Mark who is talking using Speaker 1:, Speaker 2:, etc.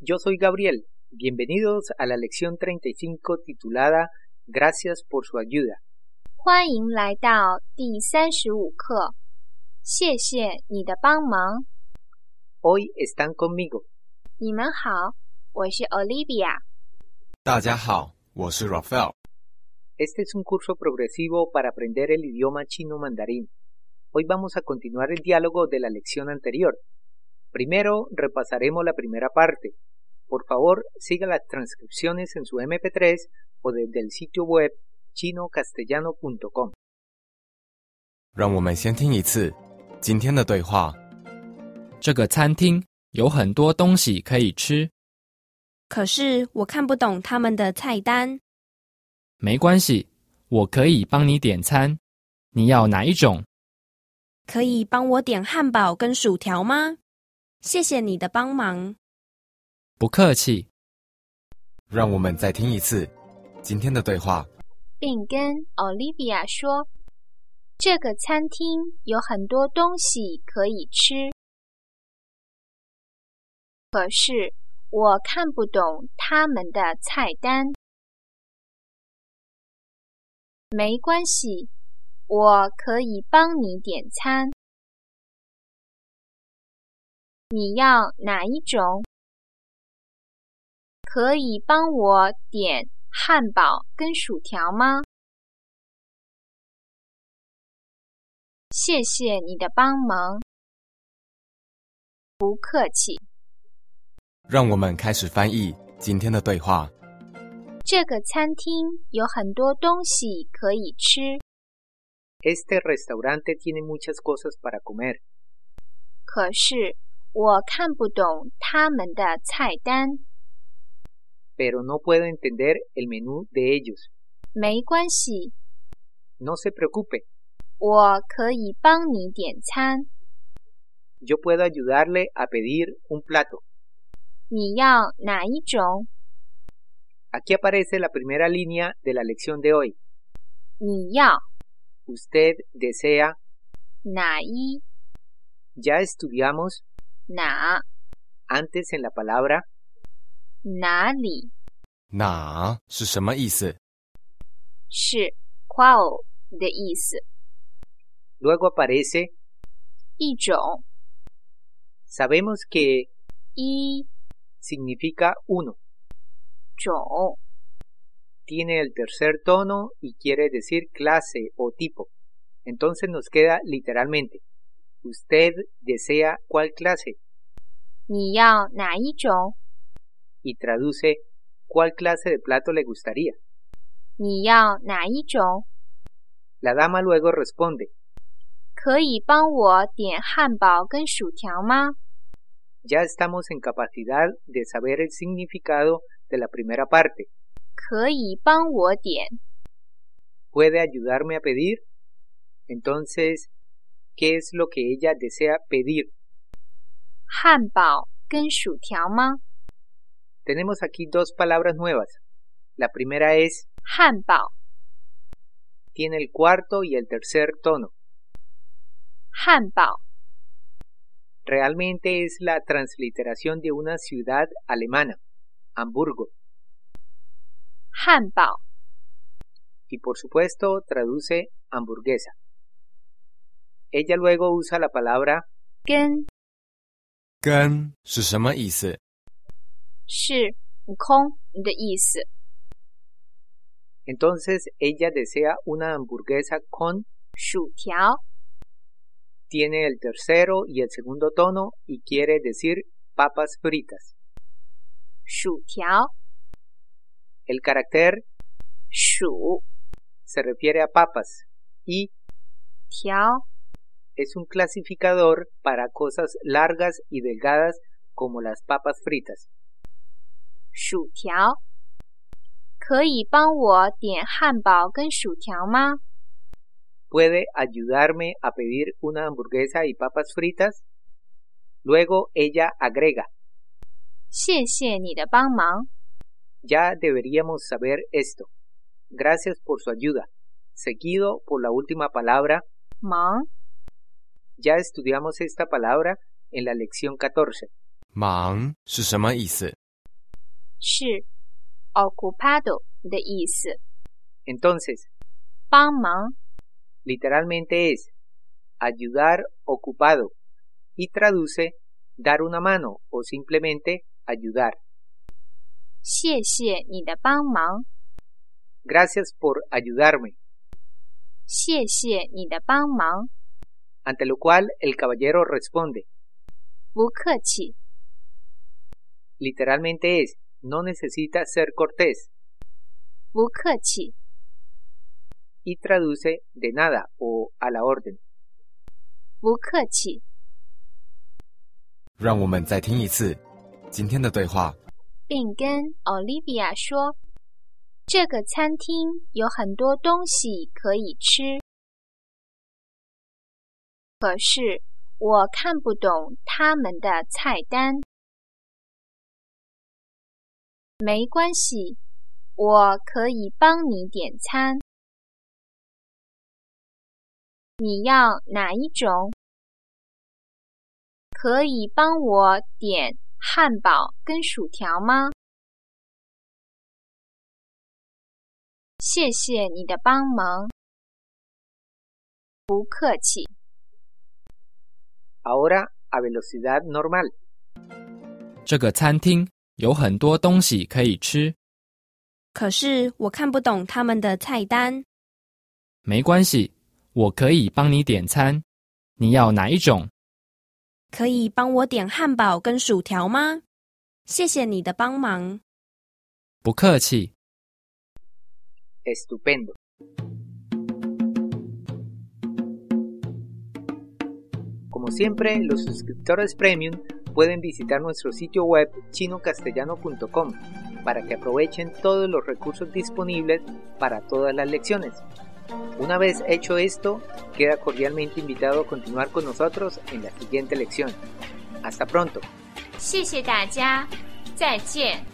Speaker 1: Yo soy Gabriel. Bienvenidos a la lección 35 titulada Gracias por su ayuda.
Speaker 2: 欢迎来到第三十五课，谢谢你的帮忙。
Speaker 1: Hoy están conmigo.
Speaker 2: 你们好，我是 Olivia。
Speaker 3: 大家好，我是 Raphael。
Speaker 1: Este es un curso progresivo para aprender el idioma chino mandarín. Hoy vamos a continuar el diálogo de la lección anterior. Primero repasaremos la primera parte. Por favor, siga las transcripciones en su MP3 o desde el sitio web chinocastellano.com.
Speaker 3: 让我们先听一次今天的对话。
Speaker 4: 这个餐厅有很多东西可以吃，
Speaker 5: 可是我看不懂他们的菜单。
Speaker 4: 没关系，我可以帮你点餐。你要哪一种？
Speaker 5: 可以帮我点汉堡跟薯条吗？谢谢你的帮忙。
Speaker 4: 不客气。
Speaker 3: 让我们再听一次今天的对话。
Speaker 2: 并跟 Olivia 说：“这个餐厅有很多东西可以吃，可是我看不懂他们的菜单。没关系，我可以帮你点餐。你要哪一种？可以帮我点汉堡跟薯条吗？谢谢你的帮忙，不客气。
Speaker 3: 让我们开始翻译今天的对话。
Speaker 2: 这个餐厅有很多东西可以吃，
Speaker 1: Este restaurante tiene muchas cosas para comer,
Speaker 2: 可是我看不懂他们的菜单。
Speaker 1: pero no puedo entender el menú de ellos.
Speaker 2: 没关系，
Speaker 1: No se preocupe,
Speaker 2: 我可以帮你点餐。
Speaker 1: yo puedo ayudarle a pedir un plato.
Speaker 2: 你要哪一种？
Speaker 1: Aquí aparece la primera línea de la lección de hoy.
Speaker 2: 你要
Speaker 1: Usted desea,
Speaker 2: 哪一
Speaker 1: ya estudiamos
Speaker 2: 哪
Speaker 1: antes en la palabra
Speaker 2: 哪里
Speaker 3: 哪是什么意思？
Speaker 2: 是 qual 的意思，
Speaker 1: Luego aparece,
Speaker 2: 一种
Speaker 1: sabemos que
Speaker 2: 一
Speaker 1: significa uno.
Speaker 2: 种
Speaker 1: Tiene el tercer tono y quiere decir clase o tipo. Entonces nos queda literalmente. Usted desea cuál clase
Speaker 2: 你要哪一种？
Speaker 1: y traduce cuál clase de plato le gustaría.
Speaker 2: 你要哪一种？
Speaker 1: La dama luego responde,
Speaker 2: 可以帮我点汉堡跟薯条吗？
Speaker 1: ya estamos en capacidad de saber el significado de la primera parte.
Speaker 2: 可以帮我点，
Speaker 1: ¿Puede ayudarme a pedir? Entonces, ¿qué es lo que ella desea pedir?
Speaker 2: 汉堡跟薯条吗？
Speaker 1: Tenemos aquí dos palabras nuevas. La primera es
Speaker 2: 汉堡，
Speaker 1: tiene el cuarto y el tercer tono.
Speaker 2: 汉堡，
Speaker 1: Realmente es la transliteración de una ciudad alemana, Hamburgo,
Speaker 2: 汉堡。
Speaker 1: y por supuesto traduce hamburguesa. Ella luego usa la palabra
Speaker 2: 跟
Speaker 3: 跟是什么意思？
Speaker 2: 是悟空的意思。
Speaker 1: Entonces ella desea una hamburguesa con,
Speaker 2: 薯条
Speaker 1: tiene el tercero y el segundo tono y quiere decir papas fritas.
Speaker 2: 薯条
Speaker 1: El carácter
Speaker 2: 薯
Speaker 1: se refiere a papas y
Speaker 2: 条
Speaker 1: es un clasificador para cosas largas y delgadas como las papas fritas.
Speaker 2: 薯条，可以帮我点汉堡跟薯条吗？
Speaker 1: ¿Puede ayudarme a pedir una hamburguesa y papas fritas? Luego ella agrega,
Speaker 2: 谢谢你的帮忙，
Speaker 1: ya deberíamos saber esto. Gracias por su ayuda. Seguido por la última palabra,
Speaker 2: 忙
Speaker 1: ya estudiamos esta palabra en la lección 14.
Speaker 3: 忙是什么意思？
Speaker 2: 是 ocupado 的意思。
Speaker 1: Entonces,
Speaker 2: 帮忙
Speaker 1: literalmente es ayudar ocupado y traduce dar una mano o simplemente ayudar.
Speaker 2: 谢谢你的帮忙，
Speaker 1: Gracias por ayudarme,
Speaker 2: 谢谢你的帮忙，
Speaker 1: ante lo cual el caballero responde,
Speaker 2: 不客气，
Speaker 1: literalmente es no necesita ser cortés
Speaker 2: 不客气，
Speaker 1: y traduce de nada o a la orden.
Speaker 2: 不客气。
Speaker 3: 让我们再听一次今天的对话。
Speaker 2: 并跟 Olivia 说：“这个餐厅有很多东西可以吃，可是我看不懂他们的菜单。没关系，我可以帮你点餐。你要哪一种？可以帮我点汉堡跟薯条吗？谢谢你的帮忙，不客气。
Speaker 1: Ahora a velocidad normal.
Speaker 4: 这个餐厅有很多东西可以吃，
Speaker 5: 可是我看不懂他们的菜单。
Speaker 4: 没关系，我可以帮你点餐。你要哪一种？
Speaker 5: 可以帮我点汉堡跟薯条吗？谢谢你的帮忙。
Speaker 4: 不客气。
Speaker 1: Estupendo. Como siempre, los suscriptores premium pueden visitar nuestro sitio web chinocastellano.com para que aprovechen todos los recursos disponibles para todas las lecciones. Una vez hecho esto, queda cordialmente invitado a continuar con nosotros en la siguiente lección. Hasta pronto.
Speaker 2: 谢谢大家，再见。